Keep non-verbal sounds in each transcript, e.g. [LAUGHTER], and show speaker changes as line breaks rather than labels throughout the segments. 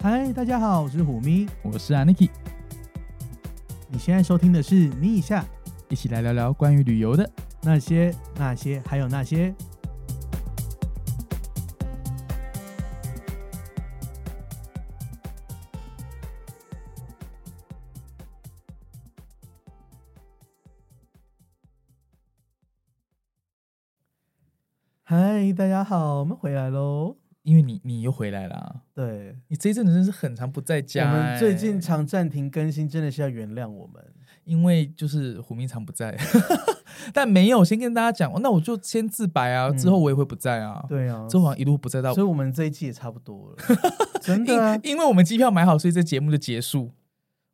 嗨，大家好，我是虎咪。
我是 Aniki，
你现在收听的是《咪一下
一起来聊聊关于旅游的。
那些那些还有那些》。嗨，大家好，我们回来喽。
因为你你又回来啦，
对，
你这一阵子真是很长不在
我
家、
们最
哎
近常暂停更新，真的是要原谅我们。
因为就是胡明常不在， [LAUGHS] 但没有先跟大家讲，哦那我就先自白啊，
嗯
之后我也会不在啊，
对啊，
之后好像一路不在到
所以，我们这一季也差不多
[LAUGHS]
了，真的啊、
因因为我们机票买好，所以这节目就结束。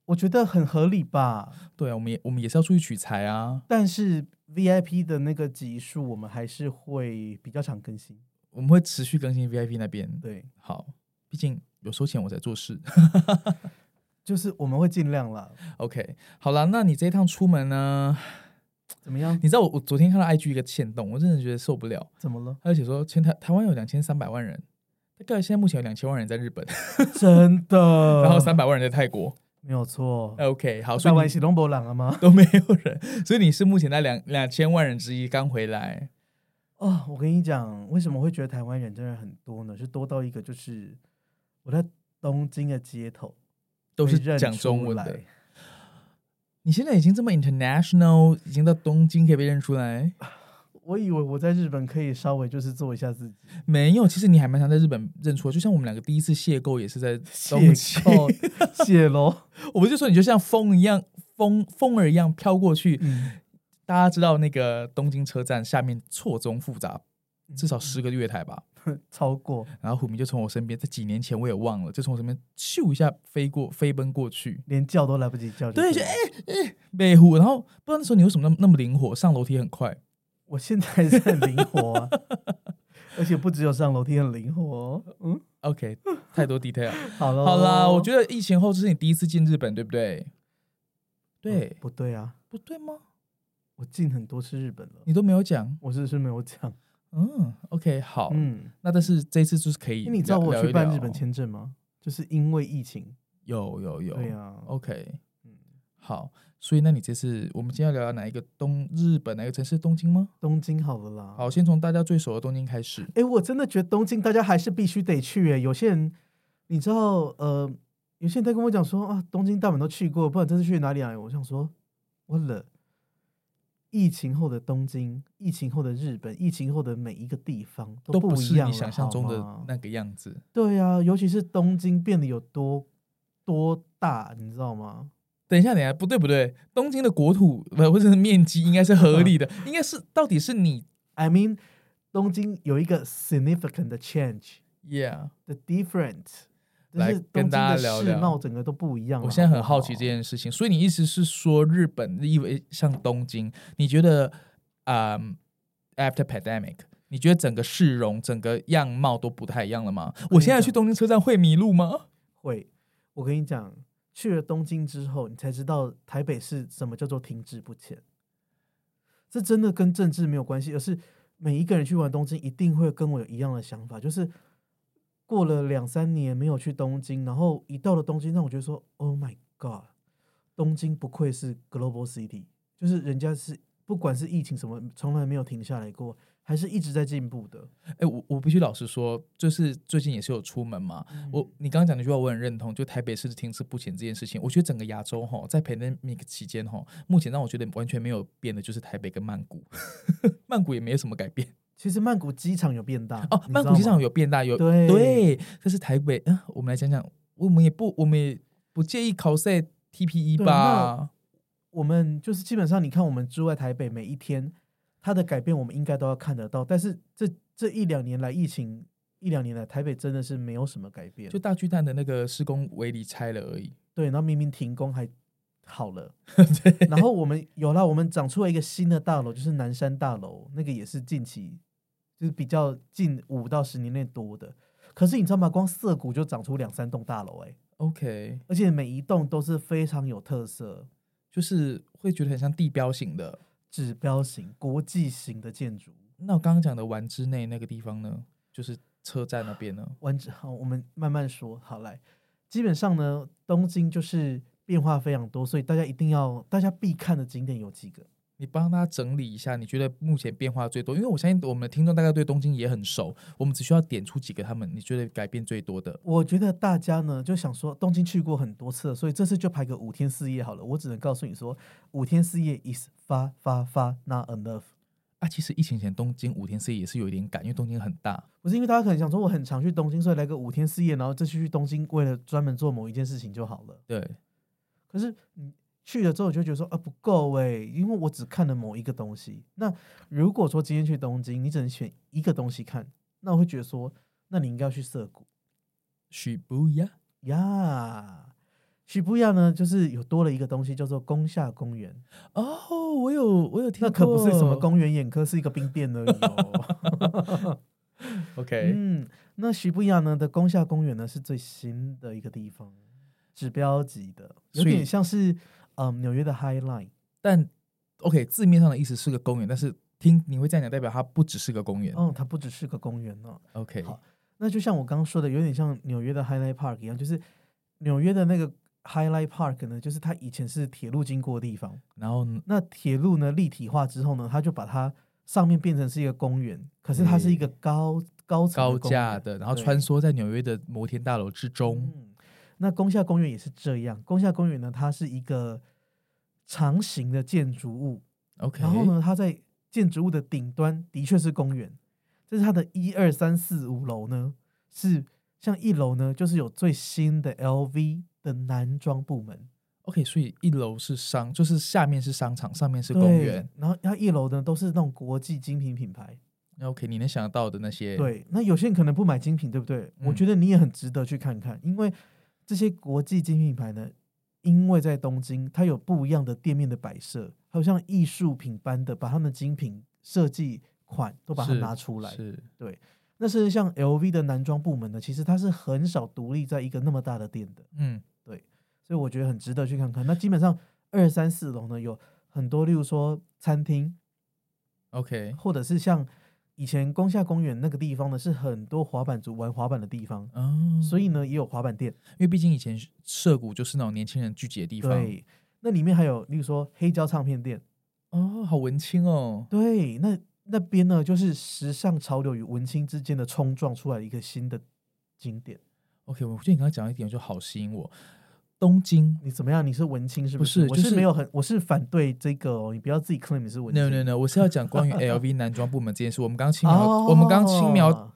我觉得很合理吧。
对啊，我们也我们也是要出去取材啊，
但是 VIP 的那个集数，我们还是会比较常更新。
我们会持续更新 VIP 那边。
对，
好，毕竟有收钱我才做事。 [LAUGHS]
就是我们会尽量啦。
OK，好了，那你这一趟出门呢？
怎么样？
你知道我我昨天看到 IG 一个欠动，我真的觉得受不了。
怎么了
[LAUGHS] ？而且说，全台台湾有两千三百万人，大概现在目前有两千万人在日本，
真的，
然后三百呃万人在泰国。
没有错。
OK，好，所
台
以
湾
你
是龙博朗啊吗？
都没有人，所以你是目前在两两千万人之一，刚回来。
哦，我跟你讲，为什么会觉得台湾人真的很多呢？是多到一个，就是我在东京的街头
都是
被认
讲
出
中文的
来，，
你现在已经这么 international，已经到东京可以被认出来？
我以为我在日本可以稍微就是做一下自己，
没有，其实你还蛮常在日本认出来，就像我们两个第一次邂逅也是在东
谢
京， [LAUGHS]
扣谢喽。
我不是说你就像风一样，风风儿一样飘过去，
嗯，
大家知道那个东京车站下面错综复杂，至少十个月台吧。
[LAUGHS] 超过
然后虎明就从我身边，在几年前我也忘了，就从我身边咻一下飞过，飞奔过去。
连叫都来不及叫。
对，就
了
哎哎，北虎。然后不知道那时候你为什么那么那么灵活，上楼梯很快。
我现在还是很灵活、啊， [LAUGHS] 而且不只有上楼梯很灵活哦、嗯，
OK，太
[LAUGHS]
多 detail。
好了，
好啦，我
得
觉得疫情后这是你第一次进日本，对不对？对，
不对啊，
不对吗？
我进很多次日本了，
你都没有讲。
我只是没有讲。
嗯，OK，好。
嗯，
那但是这一次就是可
因
以聊，
为你知道我
聊
去
一
办
聊
日本签证吗？就是因为疫情。
有有哦有，
对啊，
OK，
嗯
好，所以那你这次我们今天要聊聊哪一个东日本哪个城市？东京吗？
东京好了啦。
好，先从大家最熟的东京开始。
哎、我真的觉得东京大家还是必须得去耶。有些人，你知道，呃，有些人在跟我讲说啊，东京大阪都去过，不然这次去哪里啊？我想说，我了，疫情后的东京，疫情后的日本，疫情后的每一个地方
都
不一
是
样
你
了
想象中。
好
的
吗
那个样子。
对啊，尤其是东京变得有多多大，你知道吗？
等一下，等一下，不对不对，东京的国土不不是面积应该是合理的，
嗯
[LAUGHS] 应该是到底是你
I mean，东京有一个 significant 的 change，the
，Yeah，
different，就
来
是东
跟
京
大家
的
聊
世
聊
貌整个都不一样了。
我现在很
不
好奇这件事情。所以你意思是说，日本意味像东京，你觉得，嗯，after pandemic，你觉得整个市容、整个样貌都不太一样了吗？
跟
我
你
现在
讲
去东京车站会迷路吗？
会，我跟你讲，去了东京之后，你才知道台北市什么叫做停滞不前。这真的跟政治没有关系，而是每一个人去玩东京一定会跟我有一样的想法，就是过了两三年没有去东京，然后一到了东京，让我觉得说，Oh my God，东京不愧是 Global City，就是人家是不管是疫情什么，从来没有停下来过，还是一直在进步的。
哎、我我必须老实说，就是最近也是有出门嘛。
嗯
我你刚刚讲那句话，我很认同，就台北市停滞不前这件事情。我觉得整个亚洲哈，在 pandemic 期间哈，目前让我觉得完全没有变的就是台北跟曼谷， [LAUGHS] 曼谷也没有什么改变
其实曼谷机场有变大
哦。
你
曼
知
谷
道
机
吗
场有变大，有
对
但是台北啊、我们来讲讲，我们也不我们也不介意考赛 TPE
对
E 吧？
我们就是基本上，你看我们住在台北，每一天它的改变，我们应该都要看得到。但是这这一两年来，疫情一两年来，台北真的是没有什么改变。
就大巨蛋的那个施工围篱拆了而已。 [LAUGHS]
对，然后明明停工还好了，然后我们有了，我们长出了一个新的大楼，就是南山大楼，那个也是近期就是比较近五到十年内多的。可是你知道吗？光涩谷就长出两三栋大楼、欸，哎，
OK，
而且每一栋都是非常有特色、
就是会觉得很像地标型的。
指标型、国际型的建筑。
那我刚刚讲的丸之内那个地方呢，就是车站那边呢，
[LAUGHS] 完整好，我们慢慢说。好来，基本上呢，东京就是变化非常多，所以大家一定要大家必看的景点有几个。
你帮大家整理一下，你觉得目前变化最多？因为我相信我们的听众大概对东京也很熟，我们只需要点出几个他们你觉得改变最多的。
我觉得大家呢就想说，东京去过很多次了，所以这次就排个五天四夜好了。我只能告诉你说，五天四夜 is 发发发 not enough。
啊，其实疫情前东京五天四夜也是有一点赶，因为东京很大。
不是因为大家可能想说，我很常去东京，所以来个五天四夜，然后这次去东京为了专门做某一件事情就好了。
对，
可是你去了之后，就觉得说啊不够诶，因为我只看了某一个东西。那如果说今天去东京，你只能选一个东西看，那我会觉得说，那你应该要去涩谷
许不一样。
呀。许不一样呢，就是有多了一个东西叫做宫下公园，
[LAUGHS] 哦，我有我有听过，
那可不是什么公园眼科，是一个冰店而已哦。
[LAUGHS] OK，、
嗯，那徐不一样呢的宫下公园呢是最新的一个地方，指标级的，有
所以
点像是嗯纽约的 High Line。
但 OK 字面上的意思是个公园，但是听你会这样讲，代表它不只是个公园。
嗯，它不只是个公园哦，
OK，
好那就像我刚刚说的，有点像纽约的 High Line Park 一样，就是纽约的那个 High Line Park 呢，就是它以前是铁路经过的地方，
然后呢
那铁路呢立体化之后呢，它就把它上面变成是一个公园，可是它是一个高高层
嗯高
的公
架
园
的，然后
对
穿梭在纽约的摩天大楼之中。
嗯，那宫下公园也是这样。宫下公园呢，它是一个长形的建筑物，
OK，
然后呢，它在建筑物的顶端的确是公园，但是它的一二三四五楼呢，是像一楼呢，就是有最新的 LV 的男装部门
？OK，所以一楼是商，就是下面是商场，上面是公园。，
对然后它一楼呢都是那种国际精品品牌。
OK，你能想到的那些，
对，那有些人可能不买精品，对不对？我
嗯
觉得你也很值得去看看，因为这些国际精品品牌呢，因为在东京，它有不一样的店面的摆设，还有像艺术品般的把他们精品设计款都把它
是
拿出来。
是
那甚至像 LV 的男装部门呢，其实它是很少独立在一个那么大的店的，
嗯，
所以我觉得很值得去看看。那基本上二三四楼呢有很多，例如说餐厅，
OK，
或者是像以前宫下公园那个地方呢，是很多滑板族玩滑板的地方。
哦，
所以呢，也有滑板店。
因为毕竟以前涉谷就是那种年轻人聚集的地方，
对，那里面还有，例如说黑胶唱片店。
哦，好文青哦，
对，那那边呢，就是时尚潮流与文青之间的冲撞出来的一个新的景点。
OK，我觉得你刚刚讲一点就好吸引我。东京
你怎么样？你是文青是
不
是？
是
我
就是
是没有很，我是反对这个哦，你不要自己 claim 你是文青。
，no no no，我是要讲关于 LV 男装部门这件事。我们刚刚轻描，我们刚刚轻描
哦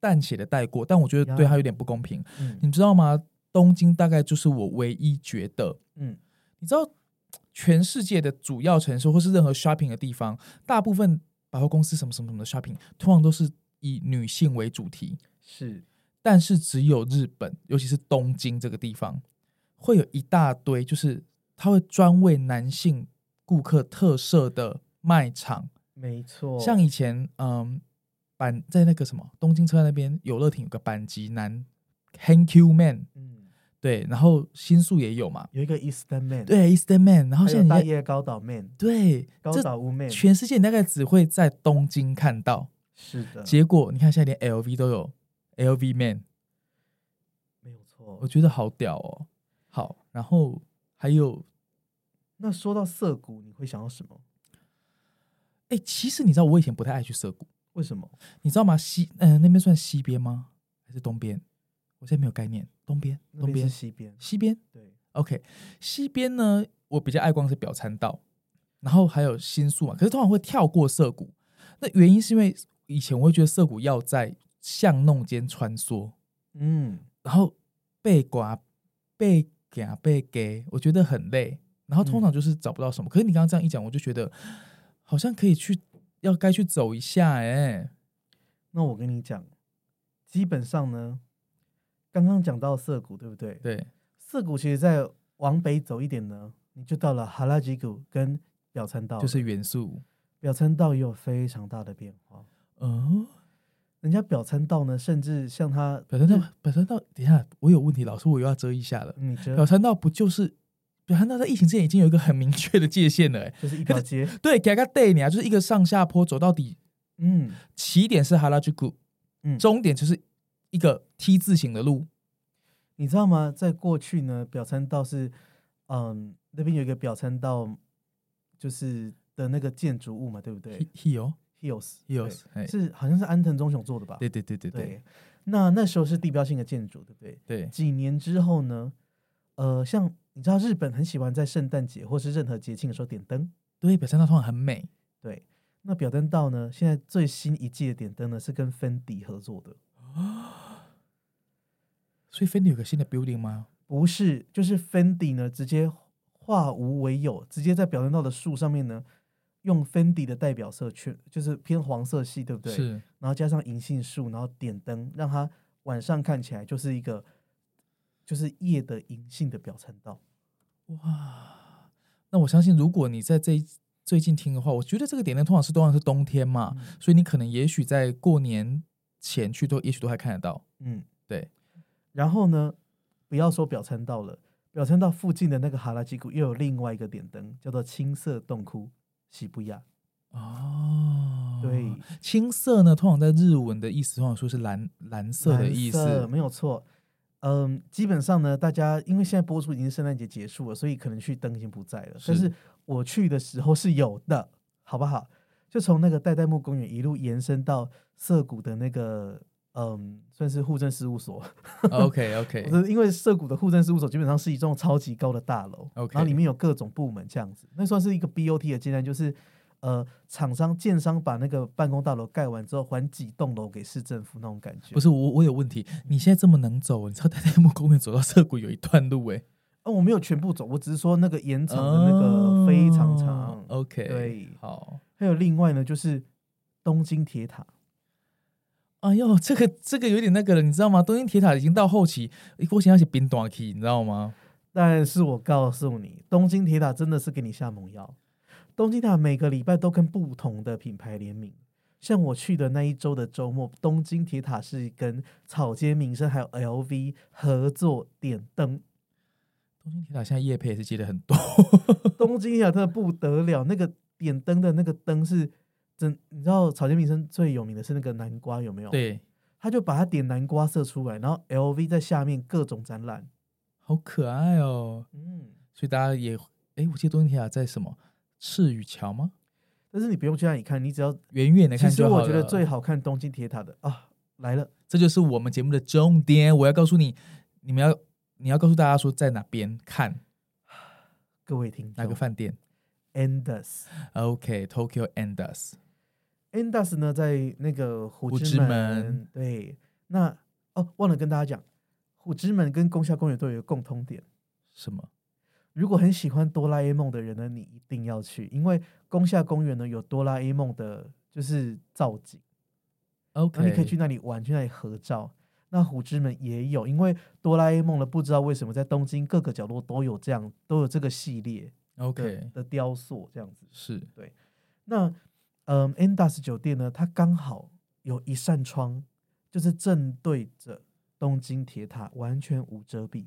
淡写的带过，但我觉得对他有点不公平。
嗯
你知道吗？东京大概就是我唯一觉得，
嗯，
你知道，全世界的主要城市或是任何 shopping 的地方，大部分百货公司什么什么什么的 shopping，通常都是以女性为主题，
是
但是只有日本，尤其是东京这个地方，会有一大堆，就是它会专为男性顾客特设的卖场，
没错。
像以前嗯，板在那个什么东京车站那边游乐亭有个板级男 Thank You Man，
嗯，
对，然后新宿也有嘛，
有一个 Eastern Man，，
对 East Man，然后
还有
现
大
在你在
叶高岛 Man、
对
高
这
岛屋 Man，
全世界你大概只会在东京看到，
是的，
结果你看现在连 LV 都有 LV Man，
没有错
我。觉得好屌哦。好，然后还有，
那说到涩谷，你会想到什么？
哎、其实你知道我以前不太爱去涩谷，
为什么？
你知道吗？西，嗯、那边算西边吗？还是东边？我现在没有概念。东边，
那
东
边
边
是，西边，
西边。
对，
OK，西边呢，我比较爱逛是表参道，然后还有新宿嘛。可是通常会跳过涩谷，那原因是因为以前我会觉得涩谷要在巷弄间穿梭，
嗯，
然后被刮、被给、被给，我觉得很累。然后
嗯
通常就是找不到什么。可是你刚刚这样一讲，我就觉得好像可以去，要该去走一下哎、
那我跟你讲，基本上呢，刚刚讲到涩谷，对不对？
对，
涩谷其实再往北走一点呢，你就到了哈拉吉谷跟表参道了，
就是元素。
表参道也有非常大的变化。
嗯、
哦人家表参道呢，甚至像它
表参道，表参道，等一下，我有问题，老师，我又要遮一下了。
你觉
表
得
参道不就是表参道在疫情之前已经有一个很明确的界限了、欸？
就是
[LAUGHS]
一条街，
对，给它 day 你啊，就是一个上下坡走到底，
嗯，
起点是哈拉吉谷，
嗯
终点就是一个 T 字形的路。
你知道吗？在过去呢，表参道是，嗯，那边有一个表参道，就是的那个建筑物嘛，对不对
h e o
？Hills
h e o s
对
哎，
是好像是安藤忠雄做的吧？
对对对对对
对那那时候是地标性的建筑，对不对？
对，
几年之后呢，呃，像你知道日本很喜欢在圣诞节或是任何节庆的时候点灯，
对，表参道通常很美，
对。那表灯道呢？现在最新一季的点灯呢是跟芬迪合作的，
所以 Fendi 有个新的 building 吗？
不是，就是芬迪呢直接化无为有，直接在表灯道的树上面呢用芬迪的代表色去，就是偏黄色系，对不对？
是
然后加上银杏树，然后点灯，让它晚上看起来就是一个就是夜的银杏的表参道。
哇，那我相信如果你在这一最近听的话，我觉得这个点灯通常是通常是冬天嘛，
嗯
所以你可能也许在过年前去都也许都还看得到。
嗯，
对。
然后呢，不要说表参道了，表参道附近的那个哈拉吉谷又有另外一个点灯，叫做青色洞窟喜不亚。
哦，
对，
青色呢，通常在日文的意思通常说是蓝蓝色的
蓝
意
色
[LAUGHS] 思。
没有错。嗯，基本上呢，大家因为现在播出已经圣诞节结束了，所以可能去灯已经不在了。
是
但是我去的时候是有的，好不好？就从那个代代木公园一路延伸到涩谷的那个，嗯，算是户政事务所。
OK OK，
我是因为涩谷的户政事务所基本上是一栋超级高的大楼
OK
然后里面有各种部门这样子，那算是一个 BOT 的阶段，就是呃，厂商建商把那个办公大楼盖完之后，还几栋楼给市政府那种感觉。
不
是，
是我我有问题，你现在这么能走，你知道代代木公园走到涩谷有一段路哎、
哦，我没有全部走，我只是说那个延长的那个非常长。
哦 OK，
对
好。
还有另外呢，就是东京铁塔，
哎呦，这个这个有点那个了，你知道吗？东京铁塔已经到后期，我想要写冰短期，你知道吗？
但是我告诉你，东京铁塔真的是给你下猛药。东京塔每个礼拜都跟不同的品牌联名，像我去的那一周的周末，东京铁塔是跟草间弥生还有 LV 合作点灯。
东京铁塔现在夜配也是接的很多，
东京铁塔真的不得了，那个点灯的那个灯是真，你知道草间弥生最有名的是那个南瓜有没有？，
对，
他就把它点南瓜色出来，然后 LV 在下面各种展览。
好可爱哦。
嗯，
所以大家也，哎，我记得东京铁塔在什么赤羽桥吗？
但是你不用去那里看，你只要
远远的
其
看
实
就好
我
了。
觉得最好看东京铁塔的啊，来了，
这就是我们节目的重点。我要告诉你，你们要你要告诉大家说在哪边看
各位听
哪个
众
饭店。
，Endus。
OK，Tokyo、and Us。
Endus 呢，在那个虎
虎
之
之
门，
门
对，那哦，忘了跟大家讲，虎之门跟宫下公园都有一个共通点。
什么？
如果很喜欢哆啦 A 梦的人呢，你一定要去，因为宫下公园呢有哆啦 A 梦的，就是造景，然
OK，
哦后你可以去那里玩，去那里合照。那虎之门也有，因为哆啦 A 梦呢，不知道为什么在东京各个角落都有这样，都有这个系列的
OK，
的雕塑这样子。
是
那嗯，Endas 酒店呢，它刚好有一扇窗，就是正对着东京铁塔，完全无遮蔽。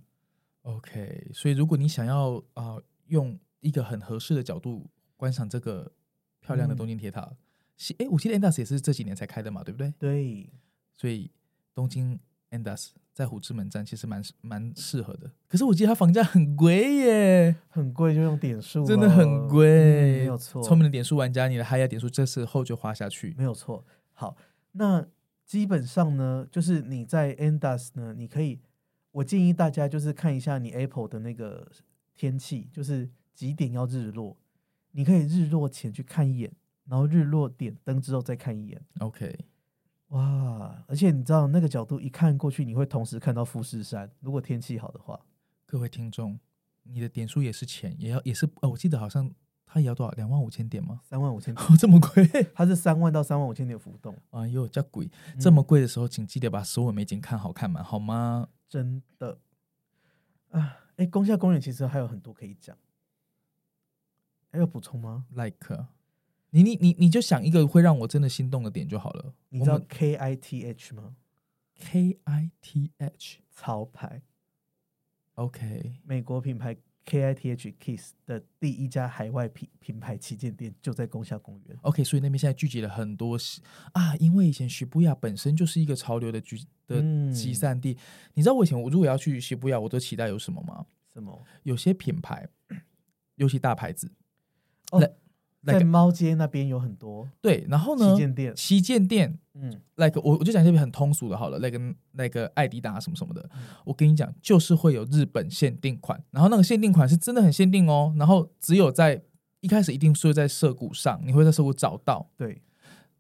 OK。所以如果你想要啊、呃用一个很合适的角度观赏这个漂亮的
嗯
东京铁塔，是哎、我记得 Andas 也是这几年才开的嘛，对不对？
对，
所以东京 Andas 在虎之门站其实蛮蛮适合的。可是我记得它房价很贵耶，
很贵就用点数咯，
真的很
嗯
贵。
没有错，
聪明的点数玩家，你的嗨呀点数这时候就花下去。
没有错。好，那基本上呢，就是你在 Endas 呢，你可以，我建议大家就是看一下你 Apple 的那个天气，就是几点要日落，你可以日落前去看一眼，然后日落点灯之后再看一眼。
OK，
哇！而且你知道那个角度一看过去，你会同时看到富士山。如果天气好的话，
各位听众，你的点数也是钱，也要也是呃，我记得好像它也要多少两万五千点吗？ [LAUGHS]
三万五千，
哦，这么贵！ [LAUGHS]
它是三万到三万五千点浮动，
哎呦，叫鬼！
嗯
这么贵的时候，请记得把所有美景看好看嘛，好吗？
真的啊！哎，宫下公园其实还有很多可以讲。还要补充吗？
like，你你你你就想一个会让我真的心动的点就好了。
你知道
我们
K I T H 吗？
K I T H
潮牌，
OK
美国品牌 KITH Kiss 的第一家海外品品牌旗舰店就在宫下公园。
OK，所以那边现在聚集了很多西啊，因为以前徐布亚本身就是一个潮流的聚的
嗯
集散地。你知道我以前我如果要去徐布亚，我都期待有什么吗？
什么？
有些品牌，尤其大牌子，
哦
来那
在
个
猫街那边有很多
对，然后呢
旗，舰店。
旗舰店
嗯，
，like 我我就讲一些很通俗的，好了，like 那个艾迪达什么什么的，
嗯
我跟你讲，就是会有日本限定款，然后那个限定款是真的很限定哦，然后只有在一开始一定是会在涩谷上，你会在涩谷找到。
对，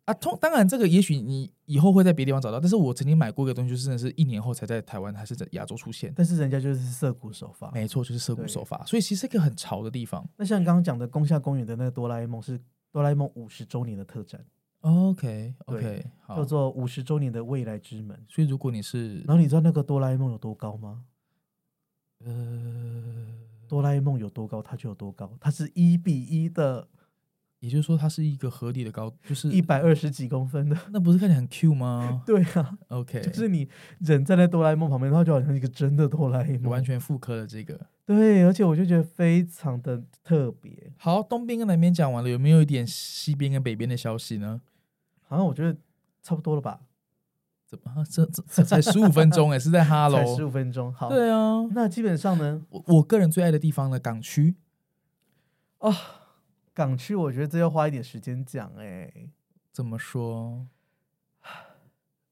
啊，通当然这个也许你以后会在别的地方找到，但是我曾经买过一个东西，就是真的是一年后才在台湾还是在亚洲出现。
但是人家就是涩谷首发。
没错，就是涩谷
对
手法，所以其实是一个很潮的地方。
那像刚刚讲的宫下公园的那个哆啦 A 梦是哆啦 A 梦五十周年的特展，
OK
对
OK，好
叫。做五十周年的未来之门。
所以如果你是
然后你知道那个哆啦 A 梦有多高吗？
呃，
哆啦 A 梦有多高，它就有多高，它是一比一的，
也就是说它是一个合理的高，就是
一百二十几公分
[LAUGHS]
的。
那不是看起来很 Q 吗
对啊，
？OK，
就是你人站在哆啦 A 梦旁边，它就好像一个真的哆啦 A 梦，
完全复刻了这个。
对，而且我就觉得非常的特别。
好，东边跟南边讲完了，有没有一点西边跟北边的消息呢？
好像我觉得差不多了吧，
怎么啊这这这才十五
[LAUGHS]
分钟哎、是在哈
才十
喽？
五分钟。好，
对啊，
那基本上呢，
我我个人最爱的地方呢，港区。
港区我觉得这要花一点时间讲哎、
怎么说？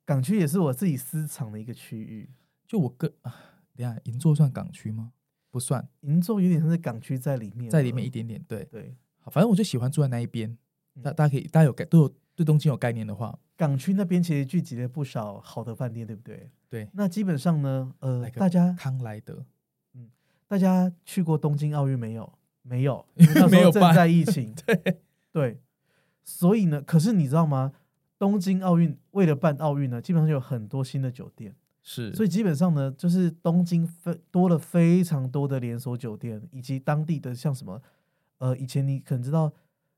港区也是我自己私藏的一个区域，
就我个，啊等一下银座算港区吗？不算，
银座有点像是港区在里面，
在里面一。点点。对，
对，
好反正我就喜欢住在那一边。
嗯
大大家可以，大家有概都有对东京有概念的话，
港区那边其实聚集了不少好的饭店，对不对？
对，
那基本上呢，呃
来，个
大家
康莱德
大家去过东京奥运没有？没
[LAUGHS]
有，因为那时候
没有
正
办
在疫情。 [LAUGHS]
对
对，所以呢，可是你知道吗？东京奥运为了办奥运呢，基本上有很多新的酒店，
是，
所以基本上呢，就是东京非多了非常多的连锁酒店，以及当地的像什么，呃，以前你可能知道，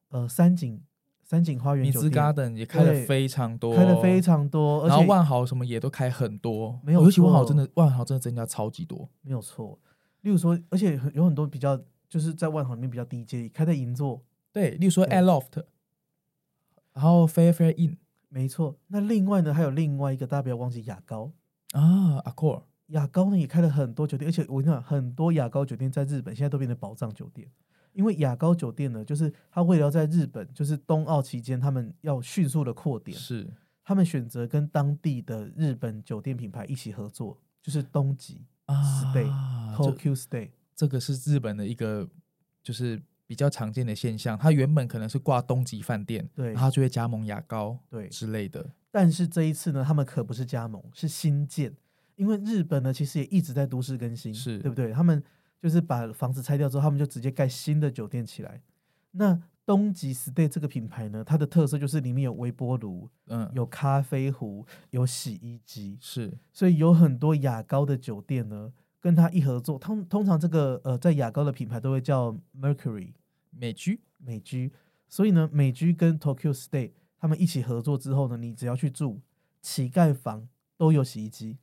呃，三井三井花园
米
酒
兹
店
Garden 也开了
对
非常多，
开的非，常多，而
然后
且
万豪什么也都开很多，
没有
尤其万豪
错
真的万豪真的增加超级多，
没有错。例如说，而且很有很多比较就是在万豪里面比较低阶，开在银座，
对，例如说
对
Air Loft，然后 Fair Fair Inn
没错。那另外呢，还有另外一个，大家不要忘记雅高，
啊，Accor
雅高呢也开了很多酒店，而且我跟你讲，很多雅高酒店在日本现在都变成宝藏酒店，因为雅高酒店呢，就是它为了要在日本就是冬奥期间，他们要迅速的扩点，
是
他们选择跟当地的日本酒店品牌一起合作，就是东极，Stay，
啊，就
Tokyo Stay，
这个是日本的一个就是比较常见的现象。它原本可能是挂东极饭店，
对
然后它就会加盟牙膏
对
之类的。
但是这一次呢，他们可不是加盟，是新建。因为日本呢，其实也一直在都市更新，
是
对不对？他们就是把房子拆掉之后，他们就直接盖新的酒店起来。那东极 Stay 这个品牌呢，它的特色就是里面有微波炉、
嗯，
有咖啡壶、有洗衣机，
是
所以有很多雅高的酒店呢，跟它一合作，通通常这个呃，在雅高的品牌都会叫 Mercury
美居
美居，所以呢，美居跟 Tokyo Stay 他们一起合作之后呢，你只要去住乞丐房都有洗衣机，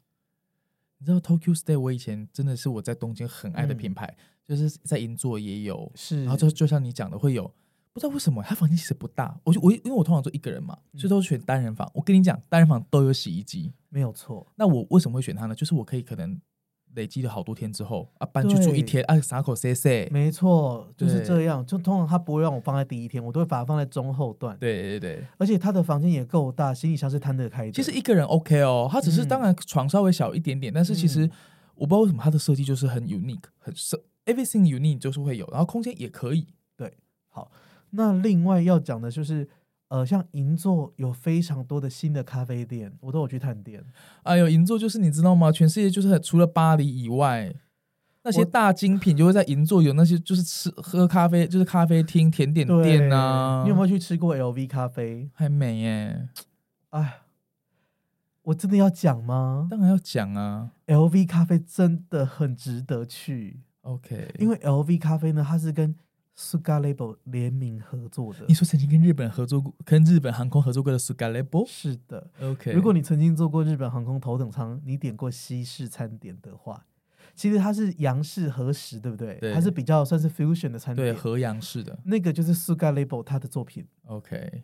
你知道 Tokyo Stay，我以前真的是我在东京很爱的
嗯
品牌，就是在银座也有，
是，
然后就就像你讲的会有。不知道为什么，它房间其实不大。我就我因为我通常都一个人嘛，所
嗯
以都选单人房。我跟你讲，单人房都有洗衣机。
没有错，
那我为什么会选它呢？就是我可以可能累积了好多天之后啊，搬去住
对
一天啊，撒口塞塞。
没错，就是
对
这样。就通常他不会让我放在第一天，我都会把它放在中后段。
对对对，
而且他的房间也够大，行李箱是摊得开的。
其实一个人 OK 哦，他只是
嗯
当然床稍微小一点点，但是其实
嗯
我不知道为什么它的设计就是很 unique，很设 everything unique 就是会有，然后空间也可以。
那另外要讲的就是，呃，像银座有非常多的新的咖啡店，我都有去探店。
哎呦，银座就是你知道吗？全世界就是很除了巴黎以外，那些
我
大精品就会在银座有那些就是吃喝咖啡，就是咖啡厅、甜点店啊。
你有没有去吃过 LV 咖啡？
还美耶？
哎，我真的要讲吗
当然要讲啊。
？LV 咖啡真的很值得去，
OK，
因
为
为 LV 咖啡呢，它是跟 Suga Label 联名合作的
你。说曾经跟日本合作过，跟日本航空合作过的 s u g a l a b o
是的，
OK，
如果你曾经坐过日本航空头等舱，你点过西式餐点的话，其实它是洋式和食，对不对？
对
它是比较算是 fusion 的餐
对，
点。
河阳式的
那个就是 Suga Label 他的作品。
，OK。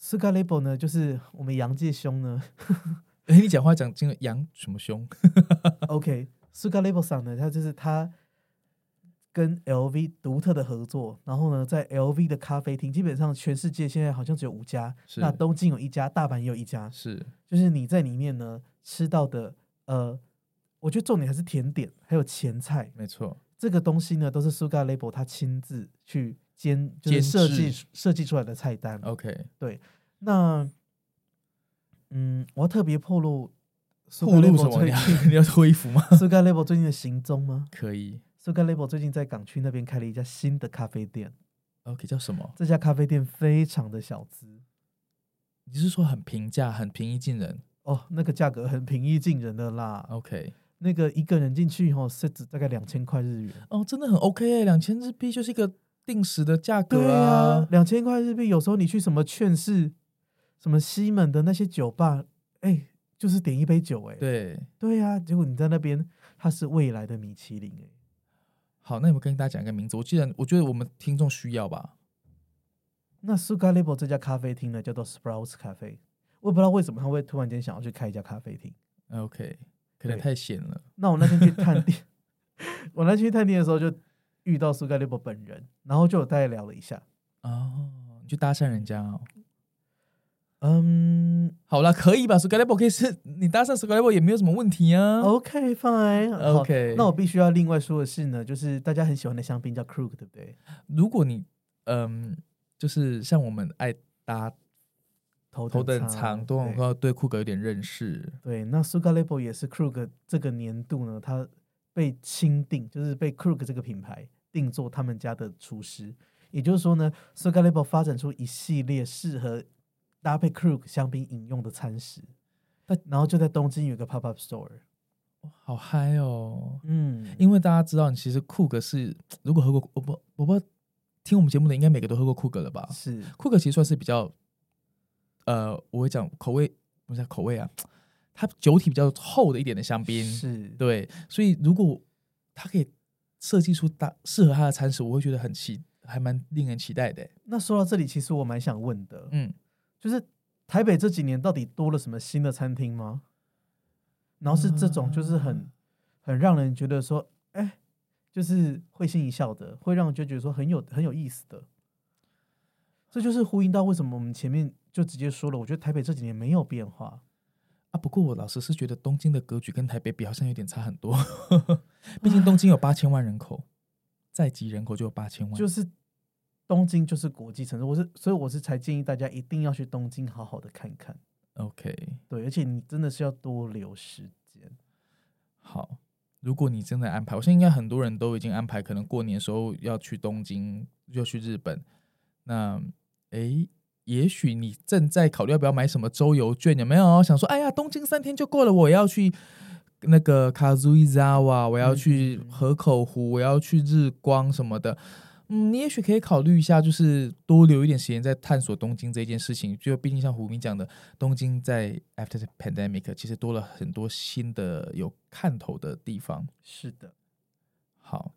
Suga Label 呢，就是我们杨介兄呢
哎、你讲话讲这个羊什么胸？
，OK，Suga Label 上呢，他就是他跟 LV 独特的合作，然后呢，在 LV 的咖啡厅，基本上全世界现在好像只有五家，
是
那东京有一家，大阪也有一家，
是
就是你在里面呢吃到的，呃，我觉得重点还是甜点，还有前菜
没错，
这个东西呢，都是 Suga Label 他亲自去监，就是
监
设
制哦
计设计出来的菜单。
OK。
那，嗯，我要特别透露
暴
Suga
露什
Label
么？你
最
要 [LAUGHS]
近
你要脱衣服吗？
Suga Label 最近的行踪吗
可以。
？Suga Label 最近在港区那边开了一家新的咖啡店，
OK，叫什么？
这家咖啡店非常的小资
你是说很平价、很平易近人
哦，那个价格很平易近人的啦，
？OK，
那个一个人进去以后是只大概两千块日元。
哦，真的很 OK 欸，两千日币就是一个定时的价
对
格啊。
两千块日币，有时候你去什么劝世、什么西门的那些酒吧，哎、就是点一杯酒、哎，
对，
对呀、结果你在那边，它是未来的米其林、哎，
好，那有没有跟大家讲一个名字？我记得，我觉得我们听众需要吧。
那 Sugar Label 这家咖啡厅呢，叫做 Sprouts 咖啡，我也不知道为什么他会突然间想要去开一家咖啡厅。
OK，可能
对
太闲了。
那我那天去探店， [LAUGHS] 我那天去探店的时候就遇到 Sugar Label 本人，然后就有大概聊了一下，
哦，你去搭讪人家哦。
嗯
好啦，可以吧 s k y l a b e 可以是你搭讪 s k y l a b e 也没有什么问题啊。
，OK fine，好
OK
那我必须要另外说的是呢，就是大家很喜欢的香槟叫 Krug，对不对？
如果你嗯，就是像我们爱搭
头
头等舱，多
对
能够对酷狗有点认识。
对，那 Sugar Label 也是 Krug 这个年度呢，它被钦定，就是被 Krug 这个品牌定做他们家的厨师。也就是说呢，Sugar Label 发展出一系列适合搭配 Krug 香槟饮用的餐食
那，
然后就在东京有一个 Pop Up Store。
好嗨哦！
嗯，
因为大家知道，其实酷格是如果喝过，我不我不知道听我们节目的应该每个都喝过酷格了吧？
是
酷格其实算是比较，呃，我会讲口味，不是口味啊，它酒体比较厚的一点的香槟，
是，
对，所以如果它可以设计出大适合它的餐食，我会觉得很期，还蛮令人期待的欸。
那说到这里，其实我蛮想问的，
嗯，
就是台北这几年到底多了什么新的餐厅吗？然后是这种，就是很很让人觉得说，哎，就是会心一笑的，会让人就觉得说很有很有意思的。这就是呼应到为什么我们前面就直接说了，我觉得台北这几年没有变化。
啊，不过我老实是觉得东京的格局跟台北比好像有点差
[LAUGHS]
很多，毕竟东京有八千万人口，在籍人口就有八千万，
就是东京就是国际城市，我是所以我是才建议大家一定要去东京好好的看看。
OK。
对，而且你真的是要多留时间。
好，如果你真的安排，我相信应该很多人都已经安排，可能过年的时候要去东京，要去日本。那诶，也许你正在考虑要不要买什么周游券，有没有想说，哎呀，东京三天就够了，我要去那个 Kazuizawa，我要去
嗯嗯嗯
河口湖，我要去日光什么的。嗯，你也许可以考虑一下，就是多留一点时间在探索东京这件事情。就毕竟像胡明讲的，东京在 after the pandemic 其实多了很多新的有看头的地方。
是的，
好，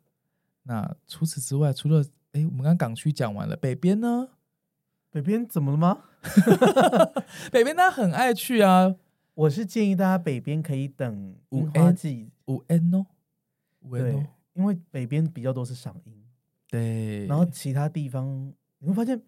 那除此之外，除了诶，我们刚刚港区讲完了，北边呢？
北边怎么了吗？
北边大家很爱去啊，
我是建议大家北边可以等
午
樱花
安
季，
五 N 哦，五 N
对
哦，，
因为北边比较多是赏樱，
对，
然后其他地方你会发现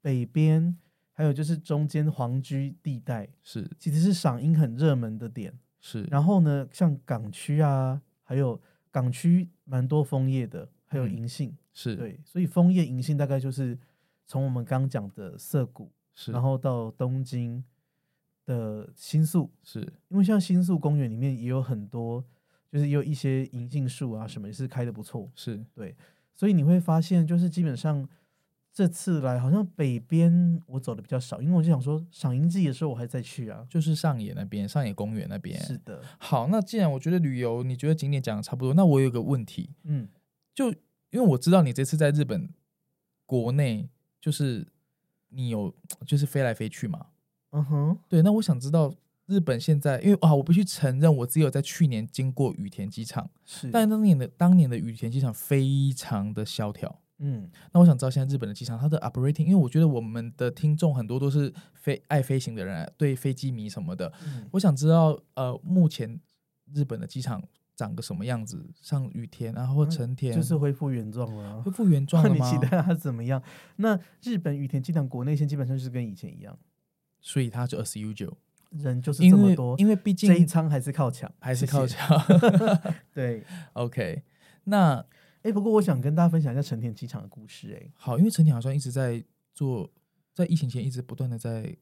北边还有就是中间黄居地带
是
其实是赏樱很热门的点。
是，
然后呢，像港区啊，还有港区蛮多枫叶的，还有
嗯
银杏，
是
对，所以枫叶银杏大概就是从我们刚讲的涩谷，
是，
然后到东京的新宿，
是
因为像新宿公园里面也有很多，就是也有一些银杏树啊什么也是开的不错，
是
所以你会发现就是基本上这次来好像北边我走的比较少，因为我就想说赏樱季的时候我还在去啊。
就是上野那边，上野公园那边
是的，
好，那既然我觉得旅游，你觉得景点讲的差不多，那我有一个问题，
嗯，
就因为我知道你这次在日本国内，就是你有就是飞来飞去嘛，
嗯哼，
对，那我想知道日本现在，因为啊，我必须承认，我只有在去年经过羽田机场，
是，
但当年的当年的羽田机场非常的萧条。
嗯
那我想知道现在日本的机场它的 operating，因为我觉得我们的听众很多都是飞爱飞行的人，啊对飞机迷什么的。
嗯
我想知道呃，目前日本的机场长个什么样子？像羽田啊，或
嗯
成田，
就是恢复原状了啊
恢。复原状
[LAUGHS]
了
你
吗
期？待它怎么样？那日本羽田机场国内线基本上就是跟以前一样，
所以它就二十 U 九，
人就是这
因
么
为
多，
因为毕
这一
竟
舱还是靠抢，
还
谢
是
谢
靠墙。
对，
[LAUGHS] OK，那
哎，不过我想跟大家分享一下成田机场的故事、诶，哎，
好，因为成田好像一直在做，在疫情前一直不断的在，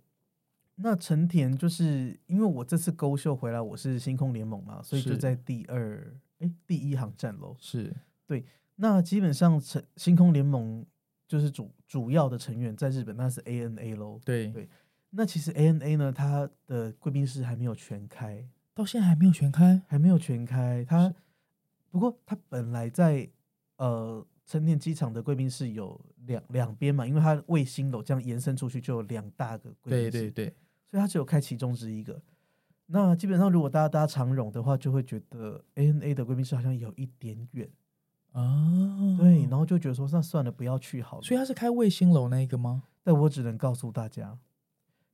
那成田就是因为我这次勾秀回来，我是星空联盟嘛，所以就是在第二哎第一航站楼。
是
那基本上成星空联盟就是主主要的成员在日本，那是 ANA 喽。
对，
对那其实 ANA 呢，它的贵宾室还没有全开，
到现在还没有全开，
还没有全开。它
是
不过它本来在呃成田机场的贵宾室有两两边嘛，因为它卫星楼这样延伸出去就有两大个贵宾室。
对对对，
所以它只有开其中之一个。那基本上，如果大家搭长荣的话，就会觉得 ANA 的贵宾室好像有一点远，
啊，
对，然，后就觉得说那算了，不要去好了。
所以它是开卫星楼那一个吗？
但我只能告诉大家，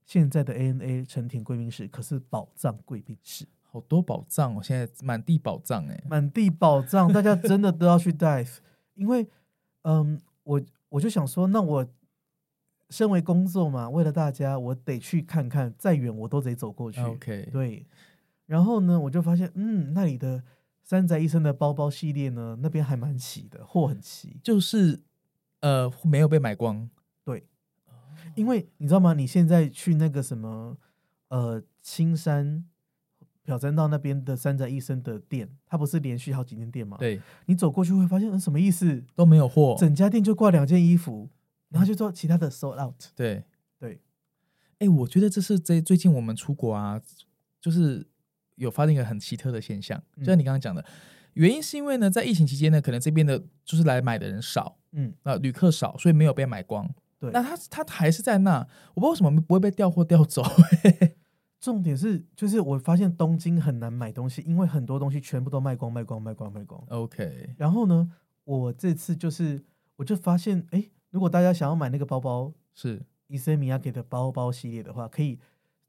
现在的 ANA 成田贵宾室可是宝藏贵宾室，
好多宝藏哦，现在满地宝藏哎，
满地宝藏，大家真的都要去 dive，因为，嗯，我我就想说，那我身为工作嘛，为了大家，我得去看看，再远我都得走过去。
OK，
对，然后呢，我就发现，嗯，那里的山宅医生的包包系列呢，那边还蛮齐的，货很齐。
就是呃没有被买光，
因为你知道吗？你现在去那个什么，呃，青山挑战道那边的山宅医生的店，它不是连续好几间店吗？，
对，哦
你走过去会发现，嗯，什么意思？
都没有货，
整家店就挂两件衣服，然后就说其他的 sold out。
对
对，
哎，我觉得这是最最近我们出国啊，就是有发现一个很奇特的现象，
嗯
就像你刚刚讲的，原因是因为呢，在疫情期间呢，可能这边的就是来买的人少，
嗯，
呃，旅客少，所以没有被买光。
对
那他他还是在那，我不知道为什么不会被调货
[LAUGHS]
调走。
重点是，就是我发现东京很难买东西，因为很多东西全部都卖光，卖光，卖光，卖光。
OK，
然后呢，我这次就是我就发现，哎，如果大家想要买那个包包，
是
伊森米亚给的包包系列的话，可以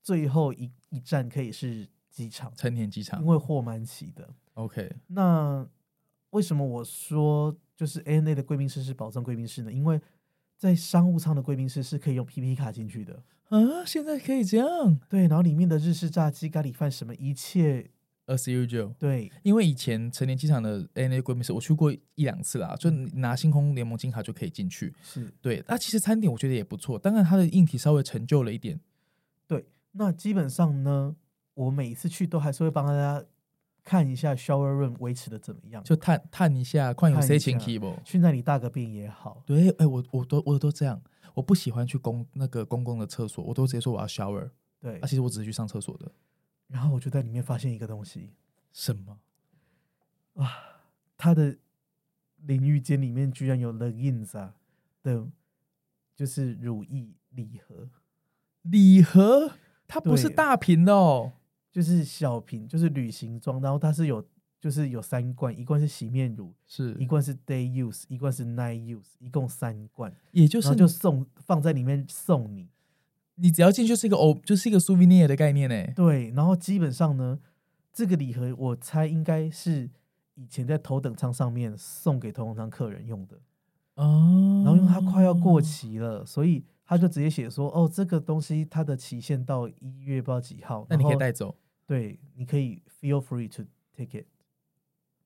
最后一一站可以是机场，
成田机场
因。为货蛮齐的。
OK，
那为什么我说就是 ANA 的贵宾室是保障贵宾室呢？因为在商务舱的贵宾室是可以用 PP 卡进去的，
啊，现在可以这样。
对，然后里面的日式炸鸡、咖喱饭什么一切，
二十 U 九，
对，
因为以前成田机场的 ANA 贵宾室，我去过一两次啦，就你拿星空联盟金卡就可以进去。
是
对，那其实餐点我觉得也不错，当然它的硬体稍微陈旧了一点。
对，那基本上呢，我每一次去都还是会帮大家看一下 shower room 维持的怎么样，
就探探一下，看有
探一
C 情
下
key 不？
去那里大个便也好。
对，哎、我我都我都这样，我不喜欢去公那个公共的厕所，我都直接说我要 shower，
对
啊，，其实我只是去上厕所的。
然后我就在里面发现一个东西，
什么？
它的淋浴间里面居然有 The Inza 的，就是乳液礼盒，
礼盒？它不是
对
大瓶的哦。
就是小瓶，就是旅行装，然后它是有。就是有三罐，一罐是洗面乳，
是
一罐是 day use，一罐是 night use，一共三罐，
也
就
就
是是
就
就送放在里面送你。
你只要进去就是一个哦，就是一个 souvenir 的概念呢。
对，然后基本上呢，这个礼盒我猜应该是以前在头等舱上面送给头等舱客人用的，
哦
然后因为它快要过，期了，所以他就直接写说，哦，这个东西它的期限到一月不知道几号，
那你可以
然后，
带走，
对，你可以 feel free to take it。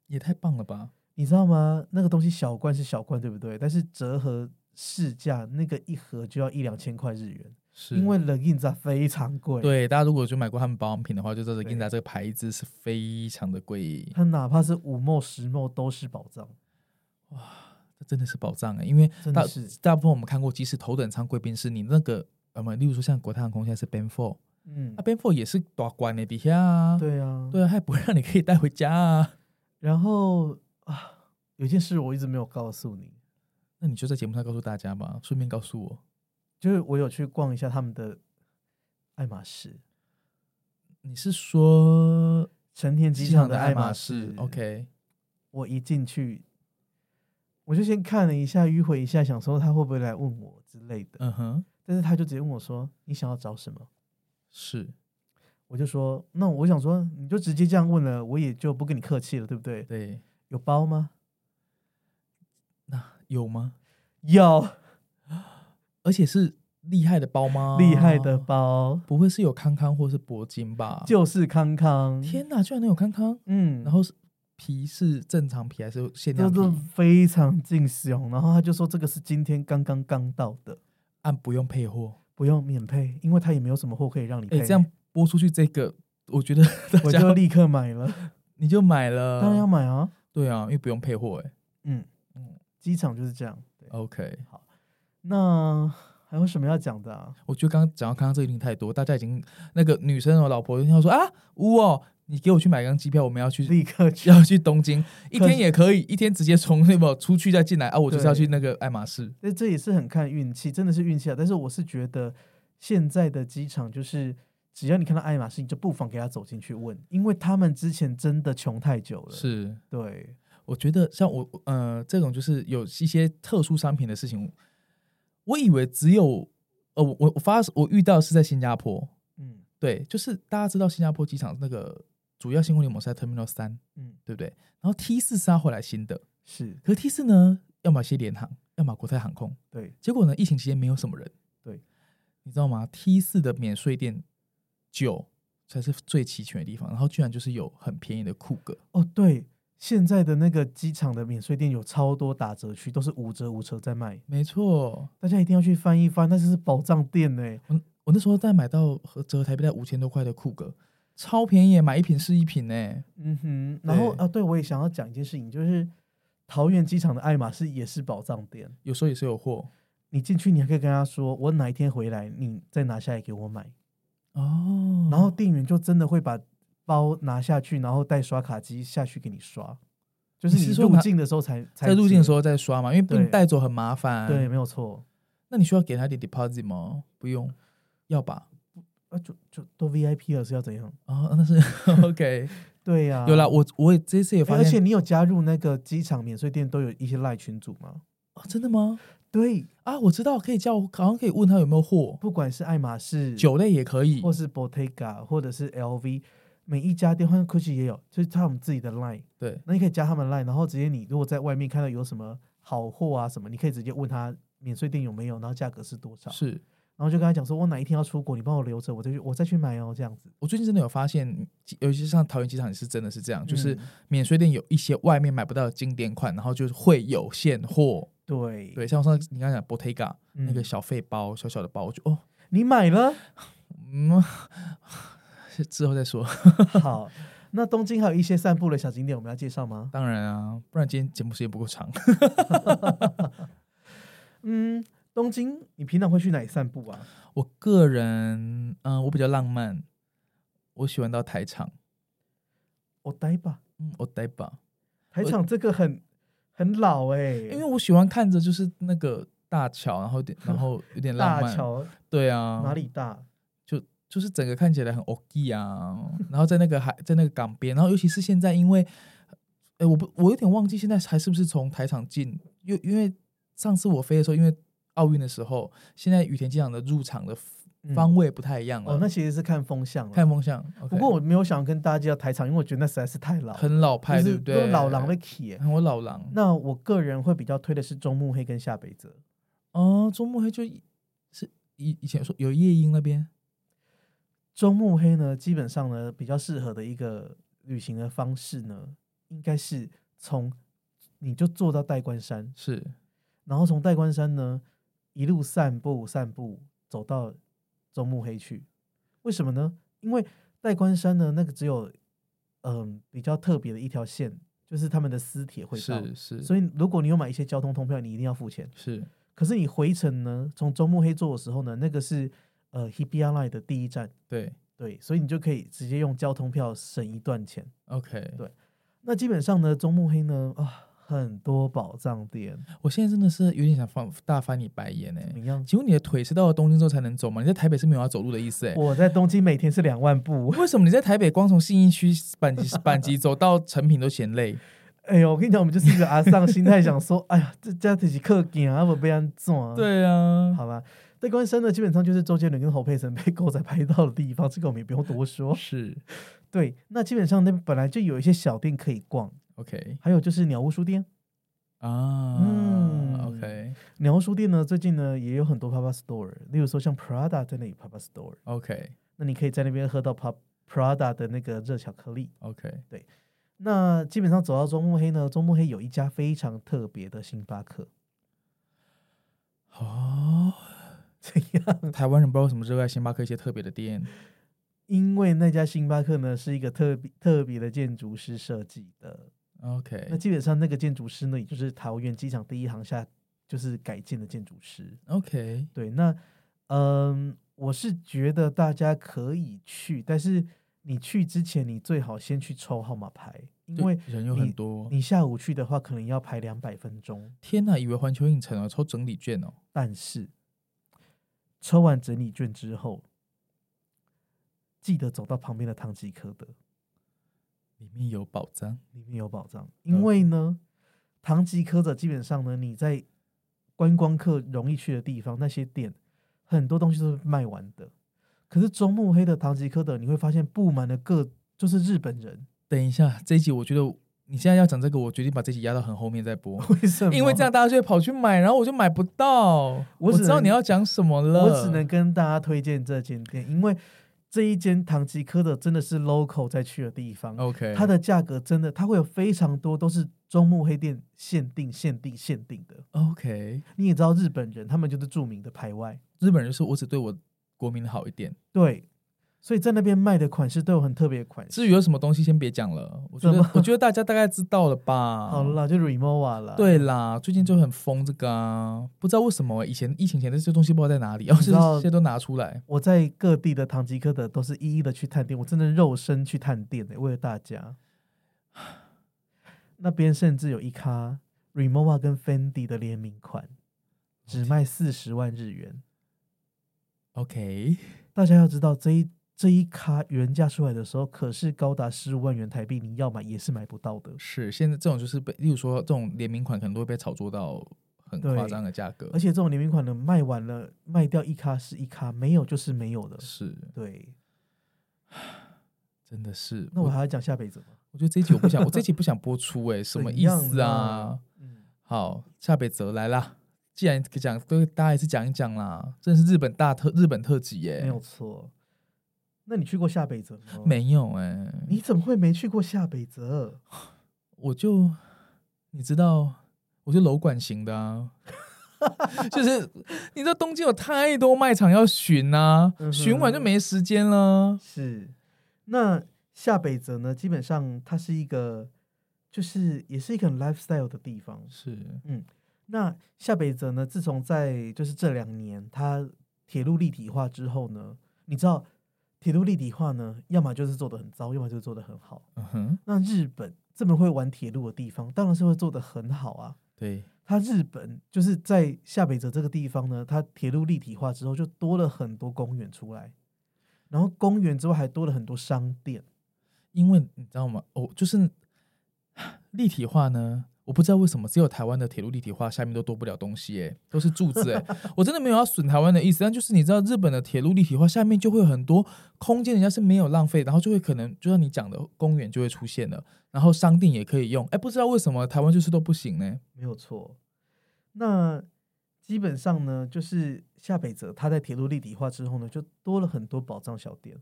也太棒了吧？
你知道吗？那个东西小罐是小罐，对不对？但是折合市价，那个一盒就要一两千块日元，
是
因为冷印扎非常贵。，
对大家如果就买过他们保养品的话，就知道 i
对
n d a 这个牌子是非常的贵。
它哪怕是五毛十毛都是宝藏，
这真的是宝藏哎、因为
真
大
的是。
大部分我们看过，即使头等舱贵宾室，你那个呃，不例如说像国泰航空现在是 Ben Four，
嗯
那，Ben Four 也是大关的底下啊，
对啊，
对啊，它也不会让你可以带回家啊。
然后啊，有件事我一直没有告诉你，
那你就在节目上告诉大家吧，顺便告诉我，
就是我有去逛一下他们的爱马仕，
你是说
成田机场的爱马
仕
仕。
？OK，
我一进去，我就先看了一下，迂回一下，想说他会不会来问我之类的。
嗯哼，
但是他就直接问我说：“你想要找什么
是？”
我就说：“那我想说，你就直接这样问了，我也就不跟你客气了，对不对？
对，
有包吗？
那有吗？
有，
而且是厉害的包吗？
厉害的，包，
不会是有康康或是铂金吧？
就是康康。
天哪，居然能有康康！
嗯，
然后是皮是正常皮还是限量
就
皮？
是非常尽雄，然后他就说这个是今天刚刚刚到的，
按啊不用配货。
不用免配，因为他也没有什么货可以让你
哎、
配。
这样播出去这个，我觉得
[LAUGHS]
大
我
家
就立刻买了，
你就买了，
当然要买啊。
对啊，因为不用配货哎、
嗯
嗯
机场就是这样。对
OK，
那还有什么要讲的
[LAUGHS]
啊？
我觉得刚刚讲到康康这个一定太多，大家已经那个女生哦，老婆就要说啊，呜哦，你给我去买张机票，我们要去
立刻去，
要去东京，一
可
天
是
也可以，一天直接从那个出去再进来啊，我就是要
对
去那个爱马仕。
这这也是很看运气，真的是运气啊。但是我是觉得现在的机场就是，只要你看到爱马仕，你就不妨给他走进去问，因为他们之前真的穷太久了。，
是，
对，
我觉得像我呃这种就是有一些特殊商品的事情，我以为只有呃我我我发我遇到的是在新加坡，
嗯
对，就是大家知道新加坡机场那个主要新婚联盟是在 Terminal 三，
嗯，
对不对？然后 T 四是它后来新的，
是
可是 T 四呢，要么些联航，要么国泰航空，
对，
结果呢，疫情期间没有什么人，
对，
你知道吗？T 四的免税店酒才是最齐全的地方，然后居然就是有很便宜的酷格，
哦对。现在的那个机场的免税店有超多打折区，都是五折五折在卖，
没错，
大家一定要去翻一翻，那就是宝藏店呢、
我我那时候在买到合折合台币在五千多块的酷格，超便宜耶，买一瓶是一瓶呢。
嗯哼，然后
对
啊，对我也想要讲一件事情，就是桃园机场的爱马仕也是宝藏店，
有时候也是有货
你进去，你还可以跟他说，我哪一天回来，你再拿下来给我买。
哦
然后店员就真的会把包拿下去，然后带刷卡机下去给你刷，就是
你是
你
说
入
拿
境的时候才才
在入境的时
候，
候再刷嘛，因为不然
对
带走很麻烦。
对，，没有错，
那你需要给他一点 deposit 吗？不用，要吧？
啊，就就都 VIP 了是要怎样？
哦，那是 [LAUGHS]
[LAUGHS]
OK。
对呀、
有啦，我我也这次也
哎
发
而且
现，
你有加入那个机场免税店都有一些赖群组吗？
哦真的吗？
对，
啊，我知道，可以叫，好像可以问他有没有货，
不管是爱马仕、
酒类也可以。
或是 Bottega 或者是 LV，每一家店，或者 Gucci 也有，就是他们自己的 line。
对，
那你可以加他们 line，然后直接你如果在外面看到有什么好货啊什么，你可以直接问他免税店有没有，然后价格是多少，
是
然后就跟他讲说，我哪一天要出国，你帮我留着，我再去我再去买哦，这样子。
我最近真的有发现，尤其是像桃园机场也是真的是这样，就是
嗯
免税店有一些外面买不到的经典款，然后就会有现货。
对，
对，像上次你刚刚讲 Bottega、
嗯
那个小费包，小小的包，我就哦，
你买了
嗯， [LAUGHS] 之后再说。 [LAUGHS]
好。那东京还有一些散步的小景点，我们要介绍吗？
当然啊，不然今天节目时间不够长。 [LAUGHS]
嗯，东京你平常会去哪里散步啊？
我个人，嗯、我比较浪漫，我喜欢到台场，
我哦呆吧，
嗯，我待吧，
台场这个很很老哎、
因为我喜欢看着就是那个大桥，然后
[LAUGHS]
有点，然后有点
大
浪漫，
桥
对啊，
哪里大？
就是整个看起来很 OK 啊， [LAUGHS] 然后在那个海，在那个港边，然后尤其是现在，因为，哎，我不，我有点忘记现在还是不是从台场进，因因为上次我飞的时候，因为奥运的时候，现在羽田机场的入场的
嗯
方位不太一样了，
哦，那其实是看风向了。
看风向。
不过我没有想跟大家介绍台场，因为我觉得那实在是太老
OK，
了，
很老派，
就
对
是
不对？
都老狼的 key 欸、
嗯，我老狼
那我个人会比较推的是中目黑跟下北泽。
哦，中目黑就是以以前说有夜莺那边
中目黑呢，基本上呢比较适合的一个旅行的方式呢，应该是从你就坐到代官山，
是
然后从代官山呢一路散步散步走到中目黑去。为什么呢？因为代官山呢那个只有嗯、比较特别的一条线，就是他们的私铁会到。
是是
所以，如果你有买一些交通通票，你一定要付钱。
是
可是你回程呢，从中目黑坐的时候呢，那个是呃 Hibiya Line 的第一站，
对
对，所以你就可以直接用交通票省一段钱。
，OK，
对那基本上呢，中目黑呢啊，很多宝藏店，
我现在真的是有点想翻大翻你白眼哎、
怎么样？
请问你的腿是到了东京之后才能走吗？你在台北是没有要走路的意思哎、
我在东京每天是两万步。
为什么你在台北光从信义区 [LAUGHS]
[LAUGHS]
板
啊
级板级走到成品都嫌累？ [LAUGHS]
哎呦，我跟你讲，我们就是一个阿丧心态，想说， [LAUGHS] 哎呀，这家自己克劲啊，不被人做。，
对啊，
好吧。戴冠生呢，基本上就是周杰伦跟侯佩岑被狗仔拍到的地方，这个我们也不用多说。 [LAUGHS]
是
对，那基本上那本来就有一些小店可以逛，
OK
还有就是鸟屋书店。
啊，
嗯
OK
鸟屋书店呢，最近呢也有很多 Papa Store，例如说像 Prada 在那里 Papa Store，
OK
那你可以在那边喝到 Pa Prada 的那个热巧克力。
OK，
那基本上走到中目黑呢，中目黑有一家非常特别的星巴克，
哦，
这样，
台湾人不知道为什么热爱星巴克一些特别的店，
因为那家星巴克呢是一个特别特别的建筑师设计的，那
OK
基本上那个建筑师呢，也就是桃园机场第一航厦就是改建的建筑师。
OK，
对，那嗯，我是觉得大家可以去，但是你去之前你最好先去抽号码牌，因
对哦
为
人有很多。
你下午去的话可能要排两百分钟。
天呐，以为环球影城哦，抽整理券哦。
但是抽完整理券之后，记得走到旁边的唐吉诃德，
里面有宝藏。
里面有宝藏。因为呢，唐吉诃德基本上呢，你在观光客容易去的地方，那些店很多东西都是卖完的。可是中目黑的唐吉诃德，你会发现布满了各就是日本人，
等一下，这一集我觉得你现在要讲这个，我决定把这集压到很后面再播，
[LAUGHS] 为什么？
因为这样，大家就会跑去买，然后我就买不到。
我
我
只
知道
能
你要讲什么了，
我只能跟大家推荐这间店，因为这一间唐吉诃德真的是 local 在去的地方。
OK
它的价格真的，它会有非常多都是中目黑店限定、限定、限定的。
OK。
你也知道日本人，他们就是著名的排外，
日本人就是我只对我国民好一点，
对，所以在那边卖的款式都有很特别的款式。
至于有什么东西先别讲了，我
怎
觉
么
得我觉得大家大概知道了吧。
好。了，就 Remova 了。，
啊对啦，最近就很疯这个啊，不知道为什么、以前疫情前的这些东西不知道在哪里，然后
知
现
道
在都拿出来。
我在各地的唐吉诃德都是一一的去探店，我真的肉身去探店、欸、为了大家。那边甚至有一咖 Remova 跟 Fendi 的联名款，只卖四十万日元。
OK，
大家要知道，这一这一卡原价出来的时候，可是高达十五万元台币，你要买也是买不到的。
是现在这种就是被，例如说这种联名款可能都会被炒作到很
对
夸张的价格
而。且这种联名款呢，卖完了卖掉一卡是一卡，没有就是没有的。
是，
对，
真的是。
那我
我
还要讲下辈子吗？
我觉得这一集我不想，我这一集不想播出、
[LAUGHS]
欸，什么
怎
意
样
思
啦
啊？
嗯，
好，下北泽来啦。既然讲，对大家也是讲一讲啦，真的是日本大特日本特辑耶、
没有错。那你去过下北泽吗？，
没有哎、
你怎么会没去过下北泽？
我就你知道，我就楼管型
[LAUGHS]
的啊，就是你知道东京有太多卖场要巡啊
嗯，哼
巡完就没时间了。
是，那下北泽呢，基本上它是一个，就是也是一个很 lifestyle 的地方。
是
那下北泽呢，自从在就是这两年它铁路立体化之后呢，你知道铁路立体化呢，要么就是做的很糟，要么就是做的很好。
嗯哼，
那日本这么会玩铁路的地方，当然是会做的很好啊。
对，
它日本就是在下北泽这个地方呢，它铁路立体化之后，就多了很多公园出来，然后公园之外还多了很多商店。
因为你知道吗？哦，就是立体化呢，我不知道为什么只有台湾的铁路立体化下面都多不了东西、哎，都是柱子、哎，我真的没有要损台湾的意思，但就是你知道日本的铁路立体化下面就会有很多空间，人家是没有浪费，然后就会可能就像你讲的公园就会出现了，然后商店也可以用，哎、不知道为什么台湾就是都不行呢、
没有错。那基本上呢，就是下北泽它在铁路立体化之后呢，就多了很多宝藏小店。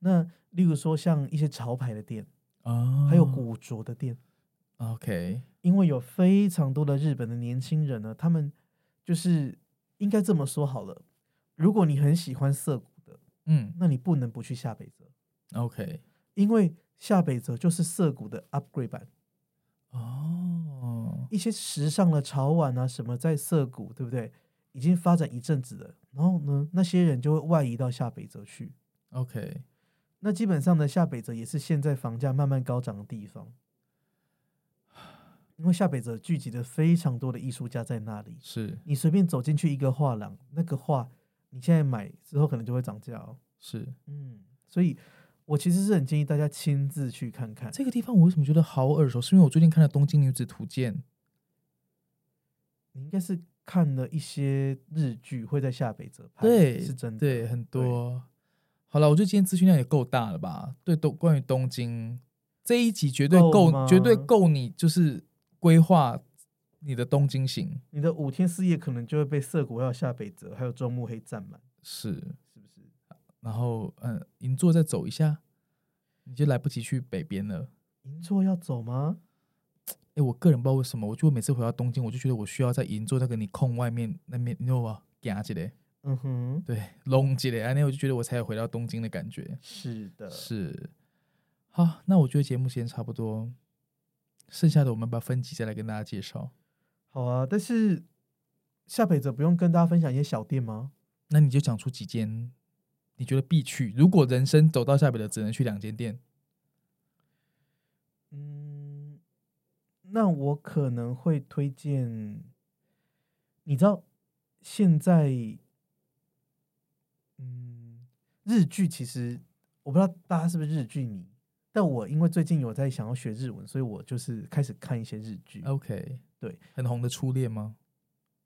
那例如说像一些潮牌的店，
啊
哦还有古着的店，
哦 OK，
因为有非常多的日本的年轻人呢，他们就是应该这么说好了。如果你很喜欢涩谷的，
嗯
那你不能不去下北泽，
，OK，
因为下北泽就是涩谷的 upgrade 版。
哦，
一些时尚的潮玩啊什么，在涩谷对不对？已经发展一阵子了，然后呢，那些人就会外移到下北泽去。
OK，
那基本上呢，下北泽也是现在房价慢慢高涨的地方。因为下北泽聚集了非常多的艺术家在那里，
是
你随便走进去一个画廊，那个画你现在买之后可能就会涨价哦。
是，
嗯，所以我其实是很建议大家亲自去看看。
这个地方我为什么觉得好耳熟？是因为我最近看了《东京女子图鉴》，
你应该是看了一些日剧会在下北泽拍，
对，
是真的。
对，很多。好了，我觉得今天资讯量也够大了吧？对，东关于东京这一集绝对
够
够，
吗
绝对够你就是规划你的东京行。
你的五天四夜可能就会被涩谷、还有下北泽、还有中目黑占满，
是，
是不是？
然后嗯，银座再走一下，你就来不及去北边了。
银座要走吗？
哎、我个人不知道为什么，我就每次回到东京，我就觉得我需要在银座那个你空外面那边，你知道吧？夹起来，
嗯哼，
对，拢起来，那我就觉得我才有回到东京的感觉。
是的，
是，好，那我觉得节目时间差不多，剩下的我们把分级再来跟大家介绍。
好啊。但是下北泽不用跟大家分享一些小店吗？
那你就讲出几间你觉得必去，如果人生走到下北的，只能去两间店。
嗯，那我可能会推荐，你知道现在，嗯，日剧其实我不知道大家是不是日剧迷，但我因为最近有在想要学日文，所以我就是开始看一些日剧。
OK，
对，
很红的初恋吗？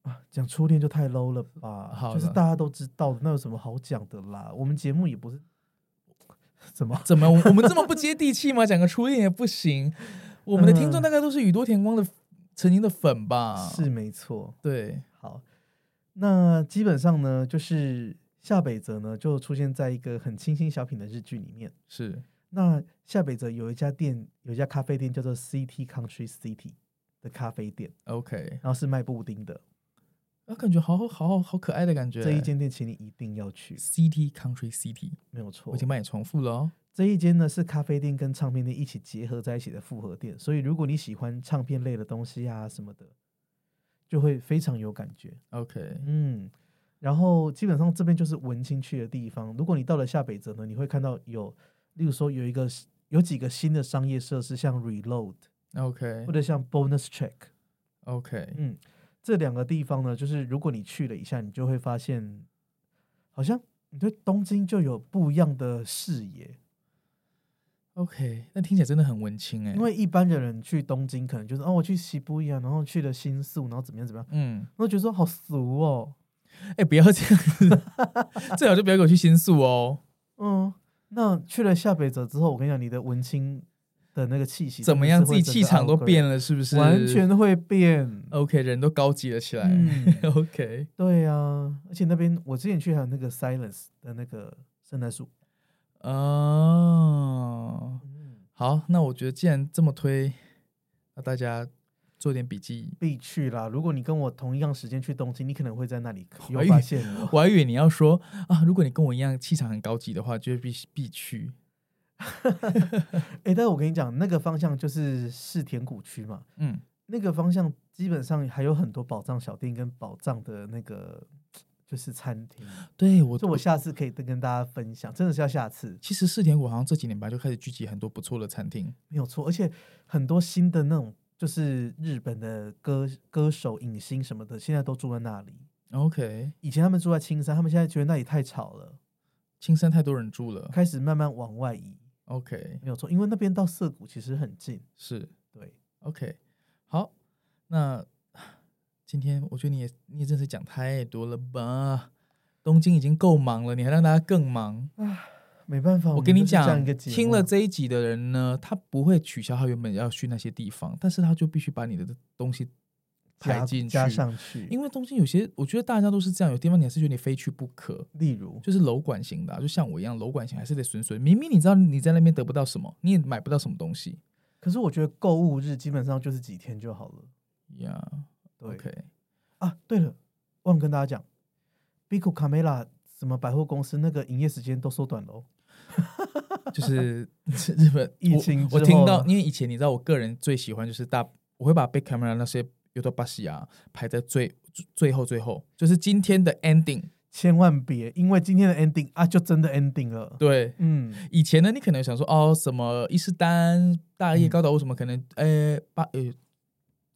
啊，讲初恋就太 low 了吧？
好
就是
了
大家都知道的，那有什么好讲的啦？我们节目也不
[LAUGHS]
是怎么
怎么我们这么不接地气吗？讲个初恋也不行。我们的听众大概都是宇多田光的曾经的粉吧？
嗯是，没错。
对，
好，那基本上呢，就是夏北泽呢就出现在一个很清新小品的日剧里面。
是
那夏北泽有一家店，有一家咖啡店叫做 CT Country City 的咖啡店，
OK。
然后是卖布丁的。
啊，感觉好好好好可爱的感觉。
这一间店，请你一定要去，
City Country City，
没有错
我已。经帮你重复了哦。
这一间呢是咖啡店跟唱片店一起结合在一起的复合店，所以如果你喜欢唱片类的东西啊什么的，就会非常有感觉。
OK，
嗯，然后基本上这边就是文青去的地方。如果你到了下北泽呢，你会看到有，例如说有一个有几个新的商业设施，像 Reload 或
OK
者像 Bonus Check，
OK，
嗯，这两个地方呢，就是如果你去了一下，你就会发现，好像你对东京就有不一样的视野。
OK，那听起来真的很文青哎、
因为一般的人去东京，可能就是哦，我去西部一啊，然后去了新宿，然后怎么样怎么样，
嗯，
然后觉得说好俗哦，
哎、不要这样子，最好就不要给我去新宿哦。
嗯，那去了下北泽之后，我跟你讲，你的文青的那个气息
怎么样，
真
自
的
己
是会
气场都变
整
了，是不是？
个 upgrade，完全会变。
OK，人都高级了起来。
嗯，
[LAUGHS] OK，
对啊，而且那边我之前去还有那个 Silence 的那个圣诞树，
哦，
嗯，
好，那我觉得既然这么推，那大家做点笔记。
必去啦。如果你跟我同一样时间去东京，你可能会在那里有
哎
发现 [LAUGHS] 我。
我还以为你要说啊，如果你跟我一样气场很高级的话，就会必必去。
哎、但是我跟你讲，那个方向就是世田谷区嘛，
嗯，
那个方向基本上还有很多宝藏小店跟宝藏的那个就是餐厅，
对我
所以我下次可以跟大家分享，真的是要下次。
其实四田谷好像这几年吧就开始聚集很多不错的餐厅。
没有错，而且很多新的那种就是日本的歌歌手、影星什么的，现在都住在那里。
OK，
以前他们住在青山，他们现在觉得那里太吵了，
青山太多人住了。
开始慢慢往外移。
OK，
没有错，因为那边到涩谷其实很近。
是
对，
OK，好，那 [SIGHS] 今天我觉得你也你也真是讲太多了吧？东京已经够忙了，你还让大家更忙。
没办法，
我
我
跟你
哦们就是这样
讲
一个，节目
听了这一集的人呢，他不会取消他原本要去那些地方，但是他就必须把你的东西排
加
进去。
加上去，
因为东京有些，我觉得大家都是这样，有地方你还是觉得你非去不可。
例如
就是楼管型的啊、就像我一样，楼管型还是得损损。明明你知道你在那边得不到什么，你也买不到什么东西
可是我觉得购物日基本上就是几天就好了。
呀。
对
OK，
啊，对了，忘了跟大家讲，Bico Camela 什么百货公司那个营业时间都缩短了哦。
就是 [LAUGHS] 日本
疫
我
情
我
之
听
后
到，
呢
因为以前你知道，我个人最喜欢就是大，我会把 Big Camera 那些 y o t o b a s i 啊排在最最后最后，就是今天的 ending。
千万别，因为今天的 ending 啊，就真的 ending 了。
对，
嗯，
以前呢，你可能想说哦，什么伊势丹、大
嗯
叶高岛，为什么可能呃八呃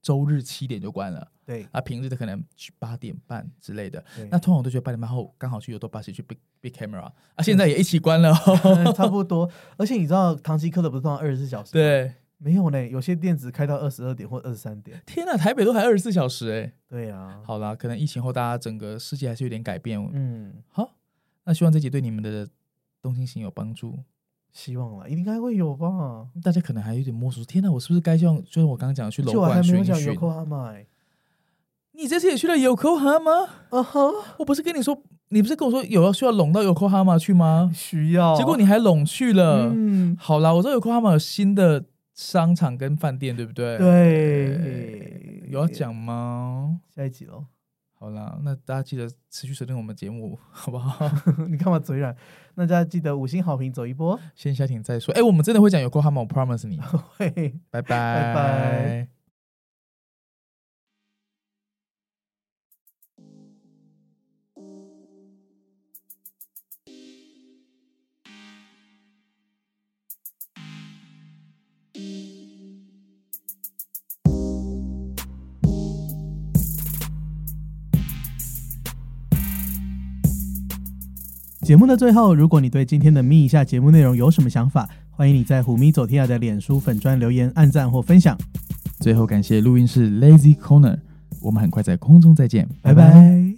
周日七点就关了，
对
啊，平日的可能八点半之类的。
对，
那通常我都觉得八点半后刚好去有多巴西去 big big camera 啊，现在也一起关了、 [LAUGHS] 哦。
差不多。而且你知道唐吉诃德不是放二十四小时？，
对，
没有呢，有些店只开到二十二点或二十三点。
天呐，台北都还二十四小时哎、
对啊，
好啦，可能疫情后大家整个世界还是有点改变。
嗯，
好，那希望这集对你们的东京行有帮助。
希望啦，应该会有吧。
大家可能还有点摸索，天呐，我是不是该像就是我刚刚讲的去楼
就我还
管
没有
巡
讲
一
有
巡？
空阿买
你这次也去了有 o 哈吗？
啊哈，
我不是跟你说，你不是跟我说有要需要拢到有 o 哈吗去吗？
需要。
结果你还呃拢去了。
嗯，
好啦，我知道有 o 哈 a 有新的商场跟饭店，对不对？。
对，
有要啊讲吗？
下一集喽。
好啦，那大家记得持续锁定我们节目，好不好？
[LAUGHS]
[LAUGHS]
你干嘛嘴软？那大家记得五星好评走一波。 [LAUGHS]
先下停再说。哎、我们真的会讲有 o 哈 a 我 promise 你。
嘿。
拜拜
拜拜节目的最后，如果你对今天的咪一下节目内容有什么想法，欢迎你在虎咪走天涯的脸书粉专留言、按赞或分享。
最后感谢录音室 Lazy Corner，我们很快在空中再见，
拜拜